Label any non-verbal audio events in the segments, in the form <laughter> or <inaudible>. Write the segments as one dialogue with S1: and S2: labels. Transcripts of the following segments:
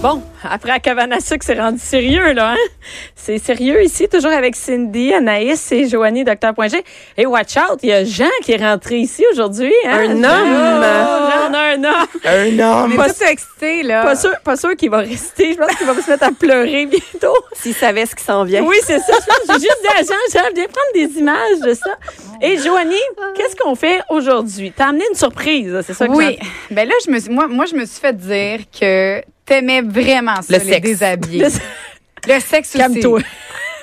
S1: Bon, après à Cavanassuc, c'est rendu sérieux, là. Hein? C'est sérieux ici, toujours avec Cindy, Anaïs et Joanie, Docteur G. Et watch out, il y a Jean qui est rentré ici aujourd'hui. hein?
S2: Un
S1: Jean,
S2: homme.
S1: oh, Jean, on a un homme.
S2: Un
S3: On est
S2: homme.
S3: tous excités, là.
S1: Pas sûr, pas sûr qu'il va rester. Je pense qu'il va se mettre à pleurer bientôt.
S2: S'il savait ce qui s'en vient.
S1: Oui, c'est ça. J'ai juste dit à Jean, Jean, viens prendre des images de ça. Et Joanie, qu'est-ce qu'on fait aujourd'hui? T'as amené une surprise, c'est ça que
S3: Oui. Ben là, je me suis, moi, moi, je me suis fait dire que t'aimais vraiment ça,
S2: Le
S3: les
S2: sexe.
S3: déshabillés.
S1: j'entends?
S3: Le sexe aussi.
S1: Calme-toi.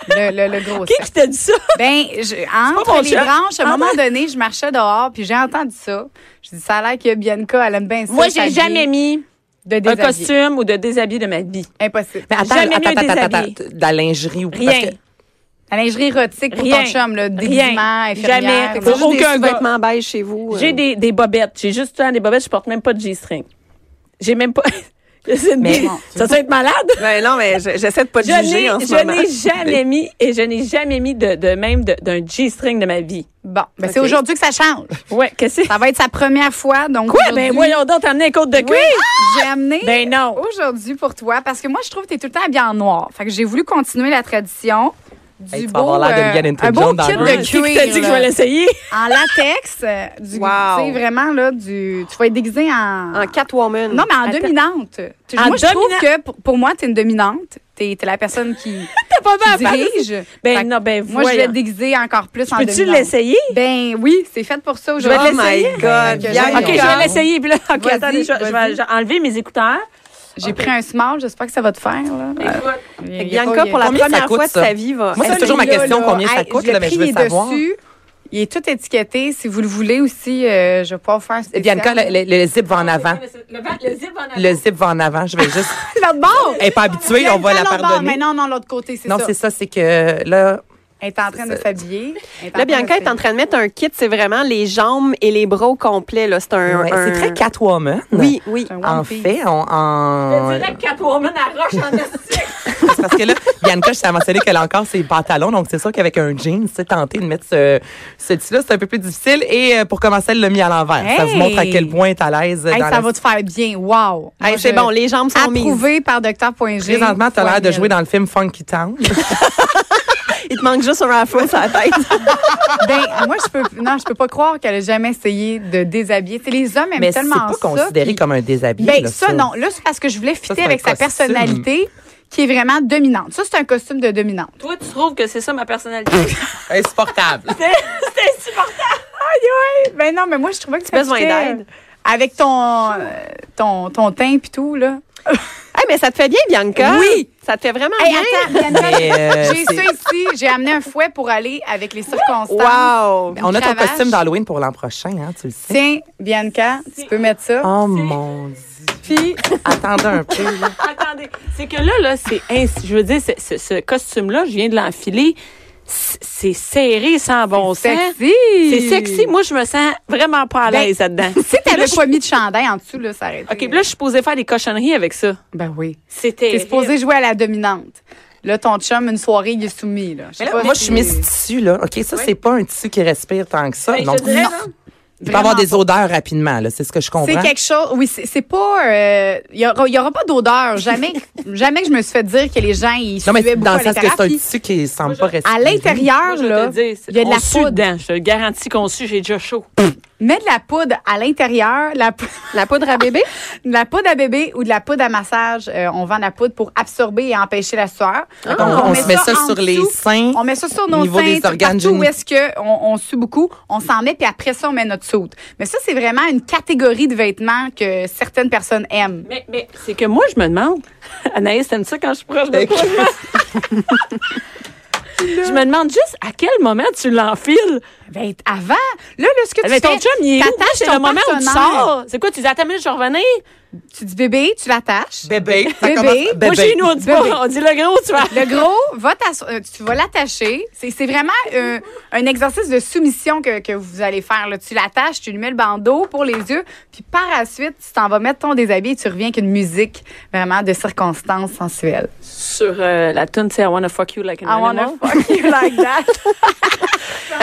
S3: Le, le, le gros
S1: Qui
S3: sexe.
S1: qui t'a dit ça?
S3: Ben, je-
S1: mon
S3: entre les
S1: chat. Ah
S3: branches, à un moment donné, je marchais dehors, puis j'ai entendu ça. Je dis, ça a l'air que Bianca, elle aime bien ça.
S1: Moi, j'ai
S3: s'habiller
S1: jamais mis
S3: de
S1: un
S3: déshabiller.
S1: costume Ben, ou de déshabillé de ma vie.
S3: Impossible.
S2: Mais attends,
S1: Jamais
S2: attends,
S1: mieux
S2: attends, attends,
S1: déshabillé.
S2: attends, de la lingerie ou
S1: Rien.
S2: parce que-
S3: La lingerie érotique pour
S1: Rien.
S3: ton chum, là,
S1: Rien.
S3: déguisement, infirmière.
S1: Jamais.
S3: fait que
S1: Faut
S3: ça,
S2: Juste des
S1: aucun
S2: sous-vêtements beige chez vous.
S1: J'ai
S2: euh.
S1: des, des bobettes. J'ai juste tout le temps des bobettes. Je porte même pas de G-string. J'ai même pas. <laughs> C'est une-
S2: Mais-
S1: ça doit être malade.
S2: Ben non, mais je- j'essaie de pas te
S1: Je n'ai,
S2: juger en ce
S1: je
S2: moment.
S1: n'ai jamais mis et je n'ai jamais mis de, de même de- d'un G-string de ma vie.
S3: Bon, ben c'est
S2: Ok.
S3: aujourd'hui que ça change.
S1: Ouais, qu'est-ce que c'est?
S3: Ça va être sa première fois, donc
S1: Quoi?
S3: aujourd'hui-
S1: Ben voyons donc, t'as amené un côte de cuir.
S3: Oui, j'ai amené
S1: Ben non.
S3: aujourd'hui pour toi parce que moi je trouve que t'es tout le temps habillé en noir. Fait que j'ai voulu continuer la tradition du
S2: Hey, tu vas
S3: beau,
S2: avoir l'air de
S3: euh,
S2: Viviane
S3: un beau
S2: Intelligente dans
S3: kit
S2: le jeu.
S1: Ah,
S3: de
S1: qui t'a dit
S3: cuir
S1: que je vais
S3: là,
S1: l'essayer?
S3: <laughs> en latex, euh, du
S2: Wow.
S3: tu sais, vraiment là du tu vas être déguisé en,
S2: En Catwoman.
S3: non mais en
S1: Attends.
S3: dominante. Tu-
S1: En
S3: moi je trouve
S1: dominante.
S3: que pour, pour moi t'es une dominante. T'es t'es la personne
S1: <laughs>
S3: qui,
S1: T'as pas
S3: qui
S1: mal à faire.
S3: dirige.
S1: Ben
S3: Fait que
S1: non, ben
S3: moi je vais
S1: voyons.
S3: te déguiser encore plus en
S1: Peux-tu
S3: dominante.
S1: l'essayer?
S3: Ben oui, c'est fait pour ça
S2: Je vais
S3: aujourd'hui.
S2: oh my God.
S3: Ok,
S2: Bianca.
S1: OK, je vais l'essayer. Puis là, OK,
S3: Vas-y,
S1: attendez, je, je vais
S3: vas-y.
S1: je vais enlever mes écouteurs.
S3: J'ai pris un small, j'espère que ça va te faire là.
S2: Fait que Bianca, pour la
S3: Combien ça
S2: première
S3: coûte,
S2: fois de
S3: ça?
S2: sa vie, va.
S3: Moi,
S2: Moi,
S3: c'est
S2: c'est
S1: Celui-là,
S2: toujours ma question,
S3: là,
S2: combien ça
S3: hey,
S2: coûte,
S3: le
S2: là, mais je
S3: prix
S2: veux
S3: est
S2: savoir.
S3: dessus. Il est tout étiqueté. Si vous le voulez aussi, euh, je vais pouvoir faire un spécial.
S2: Bianca, le, le- le zip va en avant.
S1: Le zip en
S2: Le zip va en avant. Je vais juste.
S3: <laughs> l'autre bord!
S2: Elle n'est pas habituée, on va la
S3: Bianca, l'autre bord. Mais
S2: pardonner.
S3: non, non, l'autre côté, c'est
S2: Non,
S3: ça.
S2: c'est ça, c'est que là.
S3: Elle est en train de
S2: ça.
S3: s'habiller. Elle en
S4: Là,
S3: train de
S4: Bianca est en
S3: s'habiller.
S4: train de mettre un kit, c'est vraiment les jambes et les bras au complet. là. C'est un,
S2: ouais,
S4: un-
S2: C'est très Catwoman.
S4: Oui, oui.
S3: C'est un one
S2: En
S3: piece.
S2: fait, on, en.
S1: Catwoman à roche en
S2: C'est parce que là, Bianca, je t'ai mentionné qu'elle a encore ses pantalons. Donc, c'est sûr qu'avec un jean, c'est tenter de mettre ce, ce là c'est un peu plus difficile. Et euh, pour commencer, elle l'a mis à l'envers. Ça vous
S3: Hey!
S2: montre à quel point elle est à l'aise.
S3: Hey,
S2: dans
S3: ça
S2: la-
S3: va te faire bien. Wow!
S4: Hey,
S3: Moi,
S4: c'est
S3: je-
S4: bon, les jambes sont mises.
S3: Approuvé par Docteur.g.
S2: Présentement, t'as l'air de jouer dans le film Funky Town.
S4: Il te manque juste un afro sur la tête.
S3: Ben, moi, je peux, non, je peux pas croire qu'elle a jamais essayé de déshabiller. Tu sais, les hommes aiment
S2: Mais c'est
S3: tellement
S2: pas
S3: ça.
S2: considéré
S3: puis-
S2: comme un déshabillé.
S3: Ben,
S2: là,
S3: ça, <laughs> non. Là, c'est parce que je voulais
S2: c'est
S3: fitter
S2: un
S3: avec sa
S2: costume.
S3: personnalité qui est vraiment dominante. Ça, c'est un costume de dominante.
S1: Toi, tu trouves que c'est ça ma personnalité?
S2: <laughs> Insupportable.
S1: C'était insupportable.
S3: Aïe, aïe. Ben non, mais moi, je trouvais que tu
S4: T'as besoin
S3: fitais,
S4: d'aide?
S3: euh, Avec ton, euh, ton, ton teint pis tout, là.
S4: Hey, mais ça te fait bien, Bianca.
S3: Oui.
S4: Ça te fait vraiment
S3: <laughs> Hey,
S4: bien.
S3: attends, Bianca,
S2: Mais, euh,
S3: j'ai
S2: c'est-
S3: ça ici. J'ai amené un fouet pour aller avec les circonstances.
S4: Wow.
S2: On a ton
S3: cravache.
S2: costume d'Halloween pour l'an prochain, hein, tu le sais.
S3: Tiens, Bianca, tu peux mettre ça.
S2: Oh mon dieu.
S3: Puis,
S2: <laughs> Attendez un peu. là.
S1: <laughs> Attendez. C'est que là, là, c'est. ins- Je veux dire, c'est- ce, ce costume-là, je viens de l'enfiler. C'est c'est serré sans bon sens.
S3: sexy.
S1: C'est sexy. Moi, je me sens vraiment pas à
S3: Ben,
S1: l'aise <laughs> là-dedans.
S3: <laughs> Si t'avais pas mis de chandail en dessous, là, ça aurait été-
S1: OK, puis là, je suis supposée faire des cochonneries avec ça.
S3: Ben oui.
S1: C'était.
S3: T'es supposé jouer à la dominante. Là, ton chum, une soirée, il est soumis. Là. Je sais
S2: Mais là,
S3: pas
S2: moi, je
S3: si-
S2: suis mis ce tissu, là. OK, ça, c'est pas un tissu qui respire tant que ça.
S1: Ben, je
S2: Donc,
S1: te dirais,
S2: non.
S1: là,
S2: Il peut avoir
S3: vraiment
S2: des odeurs rapidement, là. C'est ce que je comprends.
S3: C'est quelque chose. Oui, c'est c'est pas. euh, Il y aura, il y aura pas d'odeur. Jamais,
S2: <laughs>
S3: jamais que je me suis fait dire que les gens ils
S2: Non, mais
S3: suaient beaucoup
S2: dans
S3: à
S2: le sens que c'est un
S3: l'intérieur.
S2: tissu qui semble pas respirer.
S3: À l'intérieur,
S1: Moi, je vais
S3: là,
S1: te dire,
S3: il y a de
S1: on
S3: la
S1: sue
S3: poudre.
S1: dedans. Je te le garantis qu'on sue, j'ai déjà chaud.
S3: Mets de la poudre à l'intérieur, la, pou- <laughs>
S4: La poudre à bébé.
S3: de la poudre à bébé ou de la poudre à massage. Euh, on vend de la poudre pour absorber et empêcher la sueur.
S2: Donc, Ah. on, se met ça,
S3: en
S2: sur les
S3: dessous.
S2: seins.
S3: On met ça sur nos
S2: Au niveau
S3: seins,
S2: des
S3: tout
S2: organes
S3: partout où
S2: génitaux.
S3: est-ce que on, on sue beaucoup, on s'en met puis après ça on met notre soude. Mais ça c'est vraiment une catégorie de vêtements que certaines personnes aiment.
S1: Mais, mais c'est que moi, je me demande. <laughs> Anaïs, t'aimes ça quand je suis proche de toi? <laughs> je me demande juste à quel moment tu l'enfiles.
S3: Ben, avant, là, là, ce
S5: Ah,
S3: que tu
S1: Ah, Mais ton
S3: fais,
S1: chum, il est où?
S3: t'attaches
S1: C'est
S3: ton
S1: le moment où tu
S3: partenaire.
S1: sors. C'est quoi? Tu dis, attends, une minute, je vais revenir.
S3: Tu dis bébé, tu l'attaches.
S1: Ben.
S2: Bébé. ça
S3: Bébé.
S2: commence-
S3: Moi,
S1: Moi, chez nous, on dit pas.
S3: Bébé.
S1: On dit le gros, tu vas.
S3: Le gros, va t'asso- euh, tu vas l'attacher. C'est c'est vraiment euh, un exercice de soumission que, que vous allez faire. Là. Tu l'attaches, tu lui mets le bandeau pour les yeux, puis par la suite, tu t'en vas mettre ton déshabillé et tu reviens avec une musique vraiment de circonstances sensuelles.
S1: Sur euh, la tune, c'est I wanna fuck you like an
S3: I wanna
S1: animal. <laughs>
S3: fuck you like that.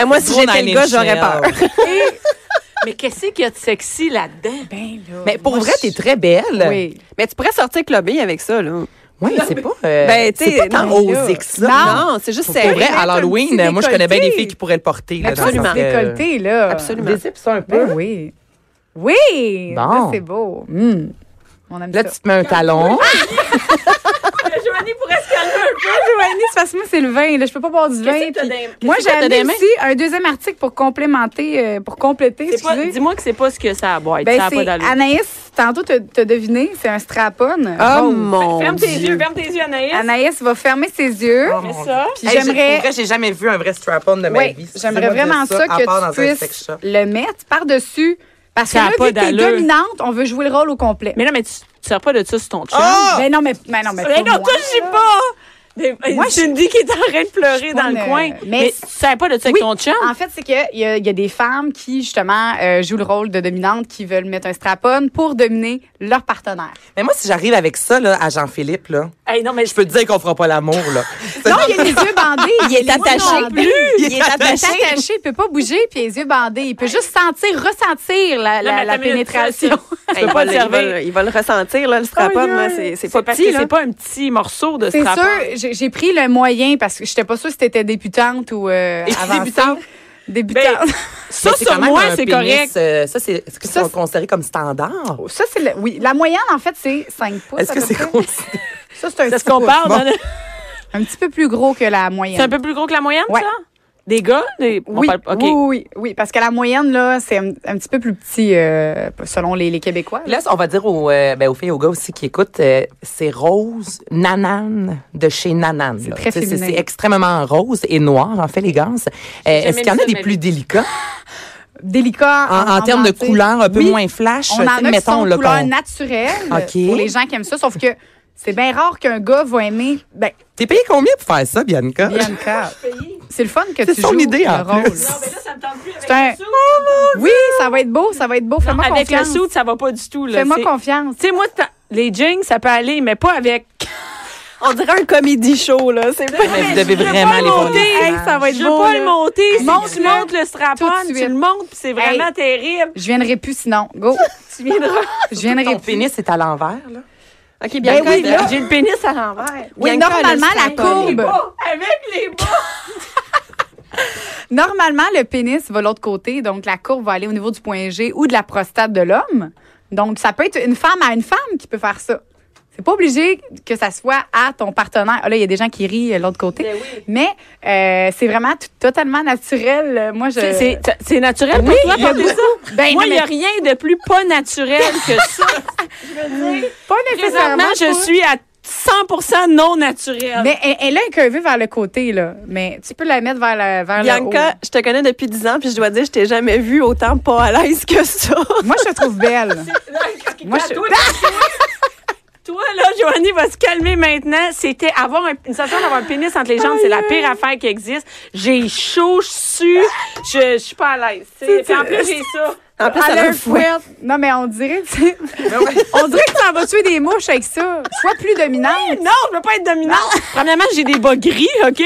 S4: Eh, moi, si
S2: Gros
S4: j'étais
S2: Nine
S4: le gars,
S2: Inch
S4: j'aurais peur.
S2: Nails.
S3: Et
S1: Mais qu'est-ce qu'il y a de sexy là-dedans?
S3: Ben là.
S2: Mais pour
S3: moi,
S2: vrai,
S3: je-
S2: t'es très belle.
S3: Oui.
S4: Mais tu pourrais sortir clubé avec ça, là.
S2: Oui, c'est pas. euh,
S4: Ben, tu sais,
S2: c'est pas tant
S4: non,
S2: osé que ça.
S4: Non, c'est juste
S2: Pour
S4: serré.
S2: vrai, à
S3: mettre un
S2: l'Halloween,
S3: petit
S2: moi, je connais bien des
S3: décolleté.
S2: filles qui pourraient le porter. là, dans le
S4: Absolument.
S2: sens que-
S3: Décolleté, là.
S4: Absolument.
S2: Dézippe ça un peu.
S3: Ben oui. Oui!
S2: Bon.
S3: Ça, c'est beau. Hmm. On aime
S2: Là,
S3: ça.
S2: tu te mets un talon.
S5: Joanie pourrait se calmer un peu.
S3: Ah, Joanie, c'est parce que moi, c'est le vin. Là. Je peux pas boire du vin.
S1: que t'as
S3: puis-
S1: des- qu'est-ce
S3: Moi,
S1: que
S3: j'ai
S1: t'as
S3: amené
S1: des mains?
S3: aussi un deuxième article pour complémenter, euh, pour compléter,
S1: C'est pas-
S3: excusez.
S1: Dis-moi que c'est pas ce que ça a à boire.
S3: Ben,
S1: ça a pas
S3: c'est
S1: d'allure.
S3: Anaïs, tantôt, t'as t'as deviné, c'est un strap-on.
S4: Oh
S3: rose.
S4: mon
S5: Ferme tes
S4: Dieu.
S5: yeux, ferme tes yeux, Anaïs.
S3: Anaïs va fermer ses yeux.
S2: Oh,
S5: Fais
S2: mon
S5: ça.
S2: Dieu.
S3: Hey, j'aimerais-
S2: pour vrai, j'ai jamais vu un vrai strap-on de ma
S3: Oui,
S2: vie.
S3: j'aimerais
S2: Excusez-moi de
S3: vraiment ça,
S2: à part
S3: que tu
S2: dans un sex
S3: puisses
S2: shop.
S3: le mettre par-dessus. Parce que
S1: Ça a
S3: là,
S1: pas
S3: vu que t'es
S1: d'allure.
S3: dominante, on veut jouer le rôle au complet.
S1: Mais là, mais tu, tu sors pas de ça sur ton chum.
S2: Ah!
S3: Ben non, mais, mais non, mais.
S5: Mais
S3: pour
S5: non,
S3: moi,
S5: toi, je sais pas. Des-
S3: Moi, je-
S5: Cindy qui est en train de pleurer dans
S3: pas
S5: le
S3: une-
S5: coin.
S3: mais-
S5: Mais, tu sers pas de ça avec
S3: Oui.
S5: ton chum?
S3: En fait, c'est qu'il y, a- il y a des femmes qui, justement, euh, jouent le rôle de dominante, qui veulent mettre un strap-on pour dominer leur partenaire.
S2: Mais moi, si j'arrive avec ça là, à Jean-Philippe, là,
S5: Hey, non, mais
S2: je peux te dire qu'on fera pas l'amour. là. C'est-
S3: Non, il a les yeux bandés.
S4: Il est
S3: Les yeux
S4: attaché.
S3: bandés.
S4: plus. Il
S2: Il
S4: est
S2: <laughs> est
S3: Il est
S4: attaché.
S3: attaché, il peut pas bouger, puis les yeux bandés. Il peut juste sentir, ressentir la, la-
S5: Là, mais
S3: la
S5: attends une minute,
S3: pénétration.
S5: ça, ça,
S4: Hey,
S5: Tu peux
S4: il
S5: pas
S4: va
S5: le
S4: le- il, va,
S5: servir.
S4: le- il va le ressentir, là, le strap-on. là. C'est c'est pas
S1: parce
S4: petit,
S1: que
S4: là.
S1: c'est pas un petit morceau de
S3: C'est
S1: strap
S3: sûr, j'ai j'ai pris le moyen parce que j'étais pas sûre si t'étais débutante ou euh, avancée.
S2: Débutante.
S3: Débutante.
S1: Ça,
S2: Mais c'est
S1: sur
S2: quand même
S1: moi,
S2: un
S1: c'est
S2: pénis,
S1: correct.
S2: euh, ça, c'est ce
S3: Ça,
S2: qu'on
S3: c'est-
S2: considéré comme standard.
S3: Ça, c'est le- oui, la moyenne, en fait, c'est 5 pouces.
S2: Est-ce
S3: à
S2: que
S3: peu
S2: c'est
S3: près.
S2: considéré?
S3: Ça, c'est un,
S1: C'est ce
S3: petit
S1: qu'on
S3: pouce.
S1: parle.
S2: Bon.
S1: dans le-
S3: un petit peu plus gros que la moyenne.
S1: C'est un peu plus gros que la moyenne,
S3: Ouais.
S1: ça? Des gars? Des... on
S3: Oui,
S1: parle- OK.
S3: oui, oui, oui, parce que la moyenne, là, c'est un, un petit peu plus petit euh, selon les, les Québécois. là.
S2: Là, on va dire aux, euh, ben, aux filles et aux gars aussi qui écoutent, euh, c'est rose nanane de chez Nanane. là.
S3: très
S2: Tu sais, C'est
S3: féminin.
S2: c'est extrêmement rose et noir, en fait, les gars. Euh, Est-ce qu'il y en
S1: vu
S2: a
S1: ça de
S2: des
S1: ma
S2: plus
S1: vie.
S2: délicats
S3: Délicat.
S2: en, en termes de
S3: entier.
S2: couleurs un peu
S3: Oui,
S2: moins flash?
S3: On
S2: tu
S3: en
S2: sais,
S3: a qui sont
S2: là,
S3: couleur
S2: qu'on-
S3: naturelle
S2: OK.
S3: pour les gens qui aiment ça, sauf que c'est bien rare qu'un gars va aimer. Ben,
S2: T'es payé combien pour faire ça, Bianca?
S3: Bianca. C'est le fun que
S2: C'est
S3: tu
S2: son
S3: joues
S2: idée,
S3: le
S2: en
S3: rôle.
S1: Mais
S2: plus.
S1: là, ça me tente plus avec
S3: C'est un-
S1: le sou.
S3: Oui, ça va être beau, ça va être beau. Fais-moi
S1: Avec le
S3: confiance.
S1: sou, ça va pas du tout. là.
S3: Fais-moi
S1: C'est-
S3: confiance.
S1: Tu sais, moi, t'as- les jeans, ça peut aller, mais pas avec.
S4: On dirait un comédie show, là. C'est pas...
S2: Mais <laughs> vous devez
S1: Je veux
S2: vraiment
S1: pas
S2: aller
S1: le
S2: voir
S1: monter.
S2: les
S1: Hey, ça va être Je veux
S3: beau,
S1: pas
S3: là.
S1: le monter. Si
S3: Monte-le
S1: tu montes le strap-on,
S3: tout de
S1: tu
S3: suite.
S1: le montes, puis c'est vraiment
S3: Hey.
S1: terrible.
S3: Je viendrai plus sinon.
S2: <laughs>
S3: Go.
S1: Tu viendras.
S3: Je viendrai
S2: Ton
S3: plus.
S2: pénis est à l'envers, là?
S4: OK, bien
S3: oui, là.
S1: J'ai le pénis à l'envers.
S3: Oui,
S4: Bianca, elle a le
S3: normalement, la
S4: strap-on.
S3: courbe.
S1: Oh, avec les bras.
S3: Normalement, le pénis va l'autre côté, donc la courbe va aller au niveau du point G ou de la prostate de l'homme. Donc, ça peut être une femme à une femme qui peut faire ça. C'est pas obligé que ça soit à ton partenaire. Ah, là, il y a des gens qui rient euh, l'autre côté. Mais euh, c'est vraiment tout- totalement naturel. Euh, Moi, je.
S1: C'est- c'est- C'est naturel pour toi,
S3: il y a
S1: porter ça?
S3: Ben,
S1: Moi, il
S3: non, mais
S1: n'y a rien de plus pas naturel que
S3: <laughs>
S1: ça.
S3: pas
S1: Présentement,
S3: nécessairement.
S1: je suis à 100 non naturel. <laughs>
S3: Mais elle, elle a un curvé vers le côté, là. Mais tu peux la mettre vers, la, vers le
S4: Bianca, je te connais depuis 10 ans, puis je dois dire, je t'ai jamais vue autant pas à l'aise que ça.
S3: haut. Moi, je te trouve belle. Moi, je- <laughs>
S1: Toi, Toi, là, Joanie va se calmer maintenant. C'était avoir un- une sensation d'avoir un pénis entre les jambes, c'est la pire affaire qui existe. J'ai chaud, je sue, je, je suis pas à l'aise. tu sais. Puis en plus, j'ai
S3: <laughs>
S1: ça.
S4: En plus, elle
S3: Elle
S4: a
S3: a
S4: un fouet.
S3: fouet. Non, mais on dirait, que c'est- <laughs> on dirait que ça va tuer des mouches avec ça. Sois plus dominante.
S1: Non, je peux pas être dominante. Premièrement, j'ai des bas gris, OK?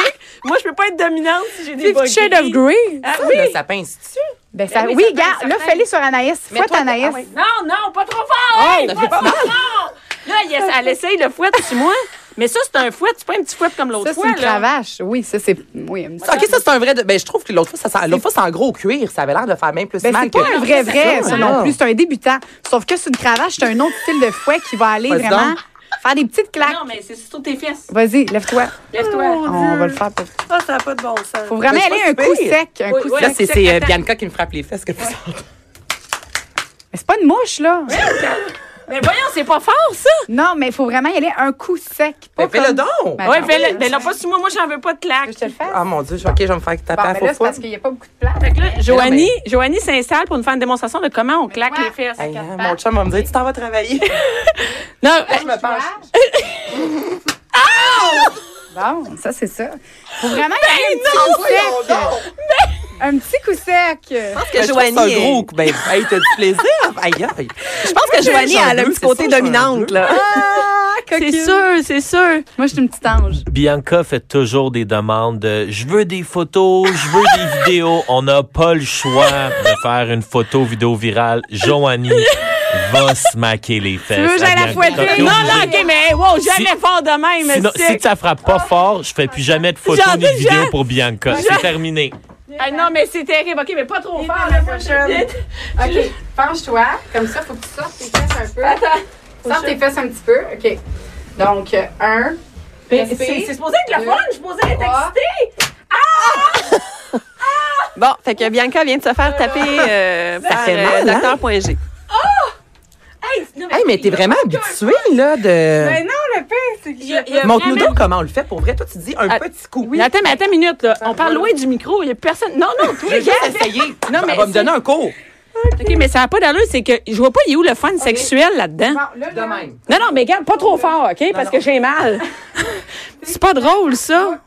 S1: Moi, je peux pas être dominante si j'ai des bas
S3: Fifty
S1: gris.
S3: Shades of Grey.
S1: Ah,
S2: Ça,
S1: oui.
S2: là, ça pince dessus.
S3: Ben, ça,
S1: oui,
S3: oui,
S1: ça peut
S3: regarde,
S1: être
S3: là,
S1: certain.
S3: fais-les sur Anaïs. Fouette Anaïs.
S1: Non, non, pas trop fort! hey,
S2: ça
S1: pas
S2: fait
S1: trop fort! Là, yes, elle essaye le fouet, tu moi. Mais ça, c'est un fouet, c'est pas un petit fouet comme l'autre
S3: Ça, c'est
S1: fois.
S3: une
S1: là.
S3: cravache. Oui, ça, c'est. Oui, un petit-
S2: OK, ça, c'est un vrai... de- Ben, je trouve que l'autre fois, ça, sent- l'autre fois, c'est en gros cuir. Ça avait l'air de faire même plus
S3: Ben,
S2: mal
S3: c'est pas
S2: que-
S3: un vrai vrai,
S2: ça,
S3: ça non
S2: là.
S3: plus. C'est un débutant. Sauf que c'est une cravache, c'est un autre style de fouet qui va aller
S2: Vas-y
S3: vraiment
S2: donc.
S3: faire des petites claques.
S1: Non, mais c'est sur tes fesses.
S3: Vas-y, lève-toi.
S1: Lève-toi.
S3: On va le faire. pour-
S4: Ah, ça n'a pas de bon sens.
S3: Faut vraiment
S2: Mais c'est
S3: aller
S2: pas
S3: un
S2: si
S3: coup
S2: pire.
S3: sec. Un
S1: Oui,
S3: coup
S1: oui.
S2: Là,
S3: sec.
S2: c'est c'est, euh, Bianca qui me frappe les fesses. Que plus
S3: Mais c'est pas une mouche, là.
S1: Mais voyons, c'est pas fort, ça!
S3: Non, mais il faut vraiment y aller un coup sec. Pas
S2: Mais fais-le
S3: comme-
S2: donc!
S3: Ben,
S1: Ouais,
S3: attends,
S1: fais-le.
S3: là,
S1: Mais là, pas sur moi, moi, j'en veux pas de
S3: je
S1: claque.
S3: te le fais.
S2: Ah, mon Dieu, je- OK, je vais me faire taper
S3: Bon,
S2: à
S3: mais là,
S2: faux
S3: c'est parce qu'il n'y a pas beaucoup de place.
S1: Fait que là, Joanie,
S2: mais-
S1: Joanie s'installe pour nous faire une démonstration de comment on claque
S3: toi,
S1: les fesses.
S2: Hey, hein,
S3: quatre
S2: mon
S3: pattes.
S2: chum va me dire, tu t'en vas <laughs> travailler.
S1: Non,
S2: je me penche.
S3: <laughs> Bon, ça, c'est ça. Faut vraiment y aller un petit coup sec. Un petit coup sec.
S4: que
S2: Ben, je trouve ça
S4: Joanie
S2: un gros
S4: est-
S2: coup. Ben, hey, t'as du plaisir. <laughs> Aïe, aïe.
S4: Je pense que Joanie,
S2: j'en
S4: elle a un
S2: veux,
S4: petit
S2: c'est
S4: côté
S2: ça, j'en
S4: dominante,
S2: veux.
S4: là.
S2: <laughs>
S3: Ah,
S6: C'est
S3: coquine.
S6: sûr, c'est sûr.
S3: Moi, je suis une petite ange.
S7: Bianca fait toujours des demandes de je veux des photos, je veux des vidéos. <laughs> On n'a pas le choix de faire une photo vidéo virale. Joanie va se maquer les fesses.
S3: veux que j'aille
S7: à
S3: la
S7: Bianca.
S3: fouetter?
S7: T'es
S1: Non,
S7: obligée.
S1: non, OK, mais hey, wow, jamais
S7: Si-
S1: fort de même.
S7: Sinon,
S1: c'est-
S7: si ça frappe pas fort, je fais plus jamais de photos
S1: J'en
S7: ni de
S1: déjà-
S7: vidéos pour Bianca. C'est terminé.
S1: Ah, non, mais c'est terrible. OK, mais pas trop fort. là, faut-
S3: OK, penche-toi. Comme ça, faut que tu sortes tes fesses un peu. Attends. Sors tes fesses un petit peu. OK. Donc, euh, un.
S1: Mais C'est c'est supposé être le
S3: Deux.
S1: fun. Je suis supposée être
S3: Trois.
S1: excitée.
S4: Bon, fait que Bianca vient de se faire taper euh, par
S2: fait
S4: euh,
S2: mal, hein?
S4: docteur.g.
S1: Hey, non,
S2: Hey, mais t'es vraiment habitué, là, de.
S3: non, le pire, c'est que
S1: il y a- il y a
S2: Montre-nous
S1: vraiment-
S2: donc comment on le fait pour vrai. Toi, tu dis un
S1: Ah,
S2: petit coup.
S1: Mais Attends, mais attends une minute, là. On parle loin du micro. Il y a personne. Non, non, toi, gars.
S2: Essayez.
S1: Non, mais
S2: Elle va me
S1: c'est-
S2: donner un cours.
S1: OK, mais ça n'a pas d'allure. C'est que je vois pas, il y a où le fun sexuel là-dedans.
S3: là,
S2: De même.
S1: Non, non, mais regarde, pas trop fort, OK? Parce que j'ai <laughs> mal. C'est pas drôle, ça.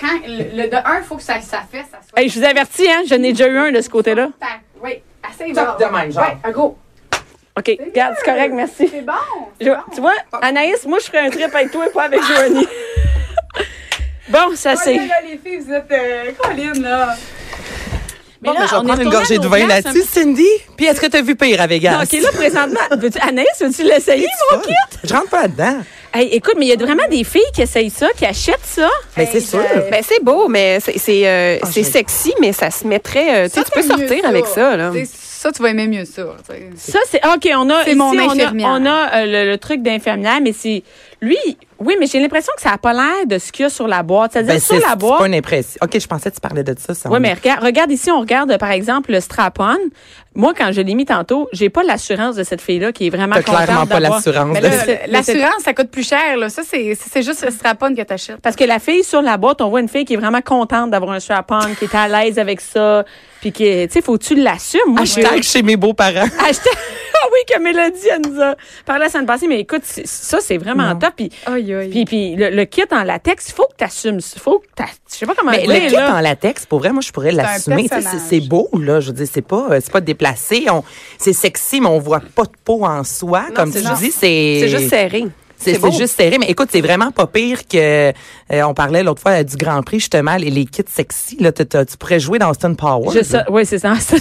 S3: Quand le, le de un, il faut que ça, ça fait, ça soit.
S1: Hey, je vous avertis, hein, je n'ai déjà eu un de ce côté-là.
S3: Tac. Oui, assez
S2: Top de même, genre.
S3: Ouais, un gros.
S1: OK, regarde, c'est correct, merci.
S3: C'est bon.
S4: <laughs>
S3: c'est
S1: Je-
S3: bon.
S1: tu vois, Anaïs, moi, je ferais un trip avec toi et pas avec Joanie. <laughs> bon, ça,
S3: Ouais,
S1: c'est...
S3: là, les filles, vous êtes euh, collines, là.
S2: Bon,
S1: là,
S2: ben, je
S1: on est
S2: vais prendre une
S1: retourné à
S2: gorgée
S1: nos
S2: de vin
S1: places,
S2: là-dessus, Cindy. Puis est-ce que t'as vu pire à Vegas?
S4: Ah,
S1: Non, OK, là, présentement, veux-tu- Anaïs, veux-tu l'essayer,
S2: C'est
S1: mon
S2: fun.
S1: kit?
S2: Je rentre pas là-dedans. Ben,
S1: Hey, écoute, mais il y a vraiment des filles qui essayent ça, qui achètent ça.
S2: Mais c'est sûr.
S4: Ben, c'est beau, mais c'est c'est, euh,
S2: Ah,
S4: c'est
S2: j'ai-
S4: sexy, mais ça se mettrait. euh, tu sais,
S3: Ça,
S4: tu peux
S3: t'aimes mieux
S4: sortir avec ça, là.
S3: T'sais, Ça, tu vas aimer mieux ça. t'sais.
S1: Ça, c'est. OK, on a.
S3: C'est
S1: ici,
S3: mon
S1: on a,
S3: infirmière.
S1: on a, euh, le, le truc d'infirmière, mais c'est. Lui, oui, mais j'ai l'impression que ça n'a pas l'air de ce qu'il y a sur la boîte. C'est-à-dire,
S2: Ben, c'est
S1: sur
S2: c'est
S1: la
S2: pas
S1: boîte.
S2: une impression. OK, je pensais que tu parlais de ça. ça
S1: Oui,
S2: en-
S1: mais regarde, regarde ici, on regarde, euh, par exemple, le strap-on. Moi, quand je l'ai mis tantôt, j'ai pas l'assurance de cette fille-là qui est vraiment
S2: T'as
S1: contente
S2: clairement pas
S1: d'avoir-
S2: l'assurance.
S3: Mais
S2: de-
S1: c'est-
S3: là, Euh, l'assurance, ça coûte plus cher. Là. Ça, c'est c'est juste le strapon que t'achètes.
S1: Parce que la fille sur la boîte, on voit une fille qui est vraiment contente d'avoir un strap-on, qui est à l'aise avec ça, puis qui, est- tu sais, faut-tu l'assumer? Moi, je-
S2: Hashtag chez mes beaux-parents.
S1: <laughs> Hashtag- Ah oui, que Mélodie, elle nous a parlé la semaine passée, mais écoute, c'est- ça, c'est vraiment top. Puis
S3: Aïe, aïe.
S1: Puis, puis le, le kit en latex, il faut que tu assumes. faut que t'as- Je sais pas comment
S2: Mais
S1: le dire,
S2: le kit
S1: là.
S2: en latex, pour vrai, moi, je pourrais
S3: un
S2: l'assumer. Tu sais, C'est
S3: personnage.
S2: c'est beau, là. Je veux dire, c'est pas, euh, c'est pas déplacé. On- C'est sexy, mais on voit pas de peau en soi. comme tu
S4: c'est juste-
S2: dis, c'est.
S4: C'est juste serré.
S2: C'est
S4: beau.
S2: c'est juste serré, mais écoute, c'est vraiment pas pire que euh, on parlait l'autre fois euh, du Grand Prix justement les, les kits sexy là, t'as- t'as- tu pourrais jouer dans Stone Power.
S1: Je sais- oui, c'est ça. <laughs> ça-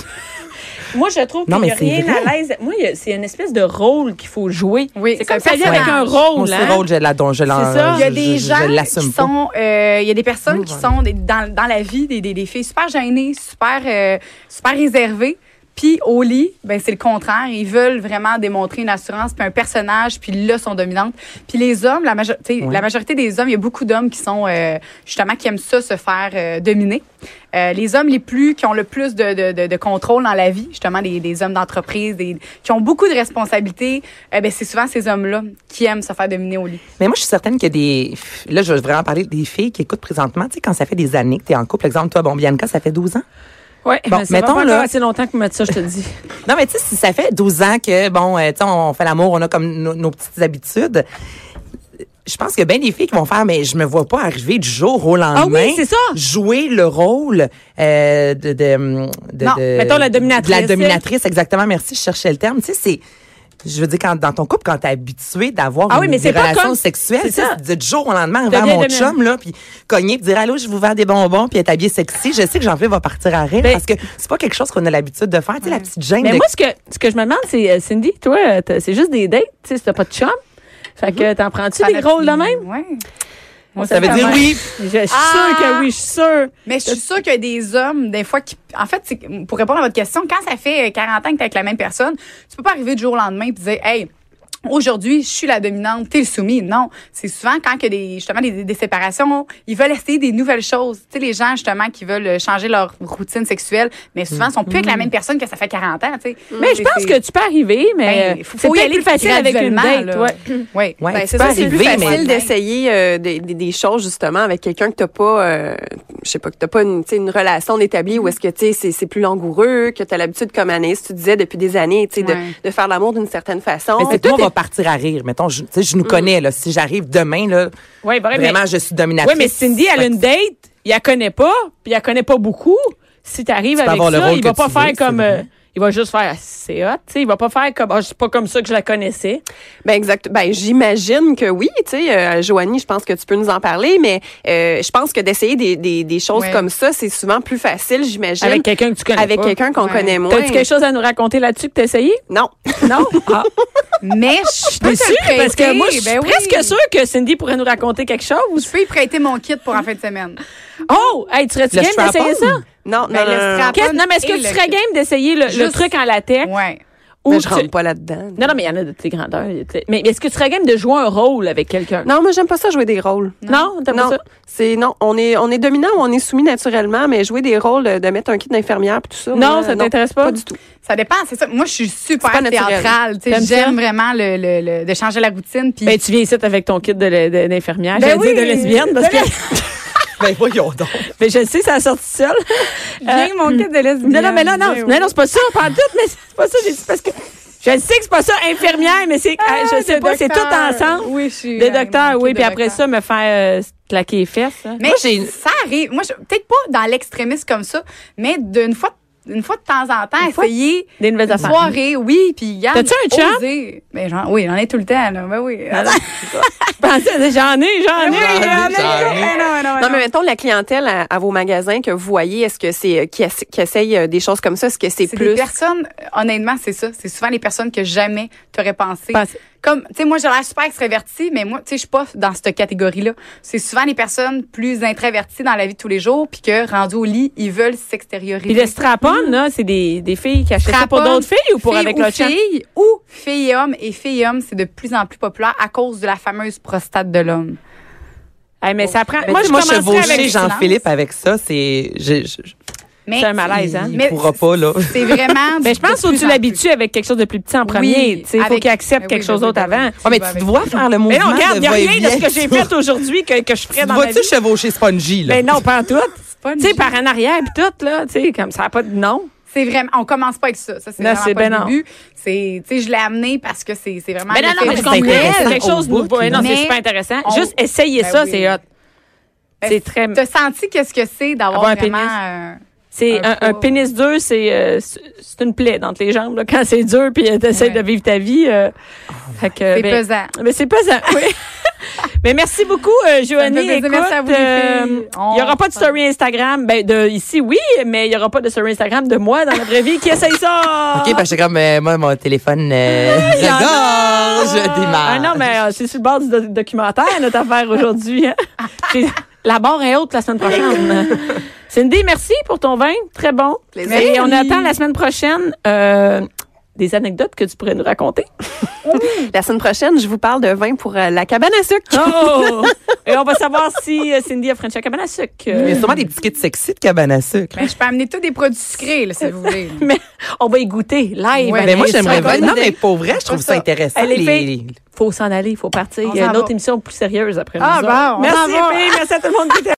S1: Moi, je trouve qu'il
S2: Non,
S1: n'y a
S2: mais c'est
S1: rien à l'aise. Moi, il y a- c'est une espèce de rôle qu'il faut jouer.
S3: Oui,
S1: c'est
S3: c'est
S1: comme
S3: un
S1: ça vient avec un
S3: personnage.
S2: Moi,
S1: rôle.
S2: ce
S1: hein.
S2: rôle, je la don- je l'en-
S1: C'est ça.
S2: je-
S3: Ah, Il y a des
S2: je- je
S3: gens
S2: l'assume
S3: qui
S2: pas.
S3: sont, euh, il y a des personnes qui
S2: Oui,
S3: sont des- dans, dans la vie des, des, des filles super gênées, super, euh, super réservées. Puis au lit, ben c'est le contraire. Ils veulent vraiment démontrer une assurance, puis un personnage, puis là sont dominantes. Puis les hommes, la, majo- tu sais, la majorité des hommes, il y a beaucoup d'hommes qui sont euh, justement qui aiment ça se faire euh, dominer. Euh, les hommes les plus qui ont le plus de, de, de, de contrôle dans la vie, justement des, des hommes d'entreprise, des, qui ont beaucoup de responsabilités, eh ben c'est souvent ces hommes-là qui aiment se faire dominer au lit.
S2: Mais moi, je suis certaine que des. Là, je veux vraiment parler des filles qui écoutent présentement. Tu sais, quand ça fait des années que t'es en couple, exemple, toi, bon, Bianca, ça fait 12 ans.
S1: Ouais,
S2: Bon,
S1: mais ça va
S2: mettons,
S1: pas
S2: là-
S1: encore assez longtemps que mettre ça, je te
S2: <laughs>
S1: dis.
S2: Non, mais tu sais, si ça fait 12 ans que, bon, euh, tu sais, on fait l'amour, on a comme nos, nos petites habitudes. Je pense que ben des filles qui vont faire, mais je me vois pas arriver du jour au lendemain.
S1: Ah oui, c'est ça.
S2: Jouer le rôle euh, de, de, de-
S1: Non,
S2: de-
S1: mettons la dominatrice.
S2: de la dominatrice, exactement. Merci, je cherchais le terme. Tu sais, c'est. Je veux dire, quand, dans ton couple, quand t'es habitué d'avoir
S1: Ah oui,
S2: une-
S1: mais
S2: des
S1: c'est pas
S2: relations
S1: comme-
S2: sexuelles,
S1: c'est
S2: tu sais,
S1: ça.
S2: de- du jour au lendemain, arriver à
S1: Deviens
S2: mon
S1: dominante.
S2: chum, là, puis cogner, puis dire, allô, je vous vends des bonbons, puis être habillé sexy, je sais que Jean-Philippe va partir à rire,
S1: Ben-
S2: parce que <laughs> c'est pas quelque chose qu'on a l'habitude de faire. Tu sais, la petite gêne
S1: mais
S2: de
S1: moi, ce que, ce que je me demande, c'est, euh, Cindy, toi, euh, t'as- c'est juste des dates. Tu sais, si t'as pas de chum. Fait que t'en prends-tu des rôles de même?
S3: Ouais.
S2: Ça veut dire oui.
S1: Je suis sûre
S3: Ah!
S1: que oui, je suis sûre.
S3: Mais je suis sûre qu'il y a des hommes, des fois, qui. En fait, c'est- pour répondre à votre question, quand ça fait 40 ans que t'es avec la même personne, tu peux pas arriver du jour au lendemain et dire, hey, Aujourd'hui, je suis la dominante, t'es le soumis. Non, c'est souvent quand il y a des, justement des, des- des séparations, ils veulent essayer des nouvelles choses. Tu sais, les gens justement qui veulent euh, changer leur routine sexuelle, mais souvent sont plus avec la même personne que ça fait 40 ans. Tu sais.
S1: Mm-hmm. Mais je pense que tu peux arriver, mais
S3: Ben,
S1: euh,
S3: faut-
S1: c'est
S3: faut y
S1: peut-être
S3: aller
S1: plus facile avec une date.
S3: graduellement, là.
S1: ouais.
S3: Oui.
S2: Ouais,
S4: Ben,
S2: tu
S4: c'est
S2: peux
S4: ça, c'est plus
S2: arriver, mais-
S4: facile d'essayer euh, des, des- des choses justement avec quelqu'un que t'as pas, euh, je sais pas, que t'as pas une, tu sais, une relation établie où est-ce que tu sais, c'est c'est plus langoureux, que t'as l'habitude comme Anaïs, tu disais depuis des années, tu sais, de-
S3: Ouais.
S4: de, faire l'amour d'une certaine façon.
S2: Mais c'est
S4: Tout
S2: toi, on
S4: est-
S2: va partir à rire. Mettons, je, tu sais, je nous connais, là. Si j'arrive demain, là,
S1: Ouais, bref, mais-
S2: vraiment, je suis dominatrice.
S1: Oui, mais Cindy, elle a une date, il la connaît pas, puis il la connaît pas beaucoup. Si t'arrives
S2: peux
S1: avec
S2: avoir le
S1: ça,
S2: rôle
S1: il
S2: que
S1: va pas
S2: tu
S1: faire
S2: veux,
S1: comme.
S2: c'est
S1: euh,
S2: vrai.
S1: il va juste faire Ah, c'est hot, tu sais, il va pas faire comme Ah, c'est pas comme ça que je la connaissais.
S4: Ben exact. Ben j'imagine que oui. Tu sais, euh, Joanie, je pense que tu peux nous en parler, mais euh, je pense que d'essayer des, des, des choses
S3: Ouais.
S4: comme ça, c'est souvent plus facile, j'imagine.
S1: Avec quelqu'un que tu connais
S4: Avec
S1: pas.
S4: quelqu'un qu'on
S3: Ouais.
S4: connaît moins.
S1: T'as-tu quelque chose à nous raconter là-dessus que t'as essayé?
S4: Non.
S1: Non? <laughs> Ah,
S3: Mais
S1: <laughs>
S3: je peux
S1: t'es
S3: te le
S1: sûr? Parce que
S3: prêter,
S1: moi, je suis
S3: ben oui.
S1: presque sûre que Cindy pourrait nous raconter quelque
S3: Je
S1: chose.
S3: peux y prêter mon kit pour en fin de semaine.
S1: Oh! Hey, tu serais-tu
S2: Le
S1: game d'essayer
S2: strap-on?
S1: ça?
S4: Non, non, non,
S3: Ben, le
S4: non.
S3: strap-
S1: Qu'est- non, mais est-ce que
S3: Et
S1: tu
S3: le
S1: serais
S3: kit.
S1: game d'essayer le, le
S3: Juste-
S1: truc en latex?
S3: Ouais.
S1: ou
S4: Ben, je
S1: tu-
S4: rentre pas là-dedans.
S1: Non, non, mais il y en a de tes grandeurs. il y a de- Mais est-ce que tu serais game de jouer un rôle avec quelqu'un?
S4: Non, moi j'aime pas ça jouer des rôles.
S1: Non? T'as pas
S4: Non,
S1: ça?
S4: c'est non, on est on est dominant ou on est soumis naturellement, mais jouer des rôles euh, de, de mettre un kit d'infirmière puis tout ça.
S1: Non,
S4: moi,
S1: ça t'intéresse pas?
S4: Pas du tout.
S3: Ça dépend, c'est ça. Moi, je suis super
S4: C'est pas naturel.
S3: théâtrale. tu sais.
S1: T'aimes ça?
S3: J'aime vraiment le, le- le- de changer la routine. Puis
S1: Ben, tu viens ici avec ton kit de le- de- d'infirmière.
S3: Ben
S1: J'allais dire
S3: oui.
S1: de lesbienne parce que.
S2: <laughs>
S1: <laughs>
S2: Ben voyons <laughs> donc.
S1: Mais je le sais, ça a sorti seul.
S3: <laughs> Viens, mon kit de lesbienne.
S1: euh, Non,
S3: Ben
S1: non, mais là, non,
S3: Viens,
S1: non, non, c'est pas ça, pas en tout, mais c'est pas ça, j'ai dit parce que je le sais que c'est pas ça, infirmière, mais c'est, euh,
S3: Ah,
S1: je sais
S3: de
S1: pas, c'est tout
S3: docteur.
S1: ensemble.
S3: Oui, je suis.
S1: Des
S3: dans mon
S1: docteurs,
S3: kit
S1: oui,
S3: de
S1: puis après
S3: docteur.
S1: ça, me faire euh, claquer les fesses. hein.
S3: Mais ça arrive. Moi, je- peut-être pas dans l'extrémisme comme ça, mais d'une fois, une fois de temps en temps, essayer
S1: Des nouvelles
S3: une
S1: affaires.
S3: soirée, oui, puis garde.
S1: T'as-tu un chum? Ah,
S3: oser. Ben, genre, oui, j'en ai tout le temps, là. Ben oui.
S1: <laughs> Je pensais, j'en ai, j'en ai.
S2: J'en ai,
S3: Ah, mais-
S2: j'en ai.
S3: Ah, non, <laughs> non,
S4: Non,
S3: non.
S4: mais mettons la clientèle à, à vos magasins que vous voyez, est-ce que c'est euh, qui, essa- qui essaye euh, des choses comme ça, est-ce que c'est
S3: C'est des
S4: plus
S3: personnes, honnêtement, c'est ça. C'est souvent les personnes que jamais t'aurais pensé.
S1: Pensé.
S3: Comme, tu sais, moi, j'ai l'air super extravertie, mais moi, tu sais, je suis pas dans cette catégorie-là. C'est souvent les personnes plus introverties dans la vie de tous les jours, puis que, rendues au lit, ils veulent s'extérioriser.
S1: Puis le strap-on, là, c'est des, des filles qui achètent ça pour
S3: Strap-on,
S1: d'autres filles ou pour
S3: filles
S1: avec
S3: ou
S1: leur chien?
S3: filles ou filles et hommes. Et filles et hommes, c'est de plus en plus populaire à cause de la fameuse prostate de l'homme.
S1: Hey, mais ça prend.
S2: Mais
S1: moi,
S2: Ben, tu
S1: je
S2: sais, moi,
S1: commencerais avec
S2: chevaucher
S1: le silence.
S2: Jean-Philippe avec ça, c'est. je- je- je-
S3: Mais
S1: C'est un malaise, hein?
S2: Il pourra pas, là.
S1: <laughs>
S3: C'est vraiment.
S1: Mais Ben, je pense
S3: de
S1: qu'il faut que
S3: plus
S1: tu
S3: en
S1: l'habitues avec quelque chose de plus petit en premier.
S3: Oui,
S1: tu sais, il faut
S3: avec-
S1: qu'il accepte
S3: Ben
S1: quelque
S3: oui,
S1: chose
S3: ben oui,
S1: d'autre
S3: ben oui.
S1: avant.
S2: Ah, mais
S3: vas
S2: tu
S3: avec-
S2: dois faire le mouvement.
S1: Mais non, regarde, il n'y a rien de ce que j'ai
S2: <laughs> va-et-vient.
S3: <laughs>
S1: fait aujourd'hui que, que je ferais
S2: Tu
S1: dans ma vie.
S2: vas-tu chevaucher Spongy, là?
S1: Mais non, pas en tout.
S3: pas une
S1: Tu sais,
S3: <laughs> vie.
S1: par en arrière puis tout, là. Tu sais, comme ça n'a pas de nom.
S3: C'est vraiment. On commence pas avec ça. Ça, c'est
S1: Non,
S3: vraiment
S1: c'est
S3: pas
S1: ben
S3: le
S1: non.
S3: début. C'est, tu sais, je l'ai amené parce que c'est, c'est vraiment.
S1: Mais Ben non,
S3: le
S1: non, mais je
S3: fait-
S1: comprends.
S2: intéressant
S1: C'est quelque
S2: au
S1: chose de
S2: bout,
S1: nouveau. Eh Non,
S3: mais-
S1: c'est super intéressant.
S3: on-
S1: Juste essayer
S3: Ben
S1: ça,
S3: oui.
S1: c'est hot.
S3: Ben,
S1: C'est très.
S3: T'as senti qu'est-ce que c'est d'avoir
S1: Avoir un
S3: vraiment.
S1: pénis.
S3: euh,
S1: C'est
S3: un
S1: un, un
S3: poids.
S1: pénis dur, c'est euh, c'est- c'est une plaie dans les jambes là, quand c'est dur puis euh, t'essayes
S3: Ouais.
S1: de vivre ta vie. euh, fait que,
S3: c'est
S1: ben,
S3: pesant.
S1: Mais c'est pesant, oui. <laughs> mais merci beaucoup, euh,
S3: Ça me fait
S1: Joanie.
S3: plaisir.
S1: Écoute,
S3: Merci à vous, les
S1: euh,
S3: filles.
S1: il n'y aura
S3: On
S1: pas de
S3: s'en-
S1: story Instagram. Ben, de ici, oui, mais il n'y aura pas de story Instagram de moi dans la vraie vie. Qui essaye ça?
S2: <laughs> OK, parce que comme euh, moi, mon téléphone, euh, <laughs>
S1: Il y en a!
S2: la gorge démarre.
S1: Ah non, mais euh, c'est sur le bord du do- documentaire, notre affaire aujourd'hui. hein.
S3: <laughs>
S1: C'est- La barre est haute la semaine prochaine. Cindy, merci pour ton vin. Très bon.
S4: Plaisir.
S1: Et on attend la semaine prochaine euh, des anecdotes que tu pourrais nous raconter.
S4: la semaine prochaine, je vous parle de vin pour euh, la cabane à sucre.
S1: Oh! Et on va savoir si euh, Cindy a French à cabane à sucre. Euh,
S2: Il y a sûrement des petits kits sexy de cabane à sucre. hein.
S3: Ben, je peux amener tous des produits sucrés, là, si vous voulez.
S1: Mais on va y goûter live.
S3: Ouais,
S1: à
S2: mais Ben, moi,
S1: la
S2: j'aimerais
S1: sucre.
S2: pas. Non, mais pour vrai, je trouve
S3: Pas
S2: ça
S3: ça.
S2: intéressant.
S1: Elle est
S2: les-
S1: faite.
S2: les-
S1: Faut s'en aller, faut partir.
S3: On
S1: Il y a
S3: s'en
S1: une autre
S3: va.
S1: émission plus sérieuse après
S3: Ah,
S1: nous autres.
S3: bon, on
S1: Merci,
S3: s'en va.
S1: les filles. Merci à tout le monde qui était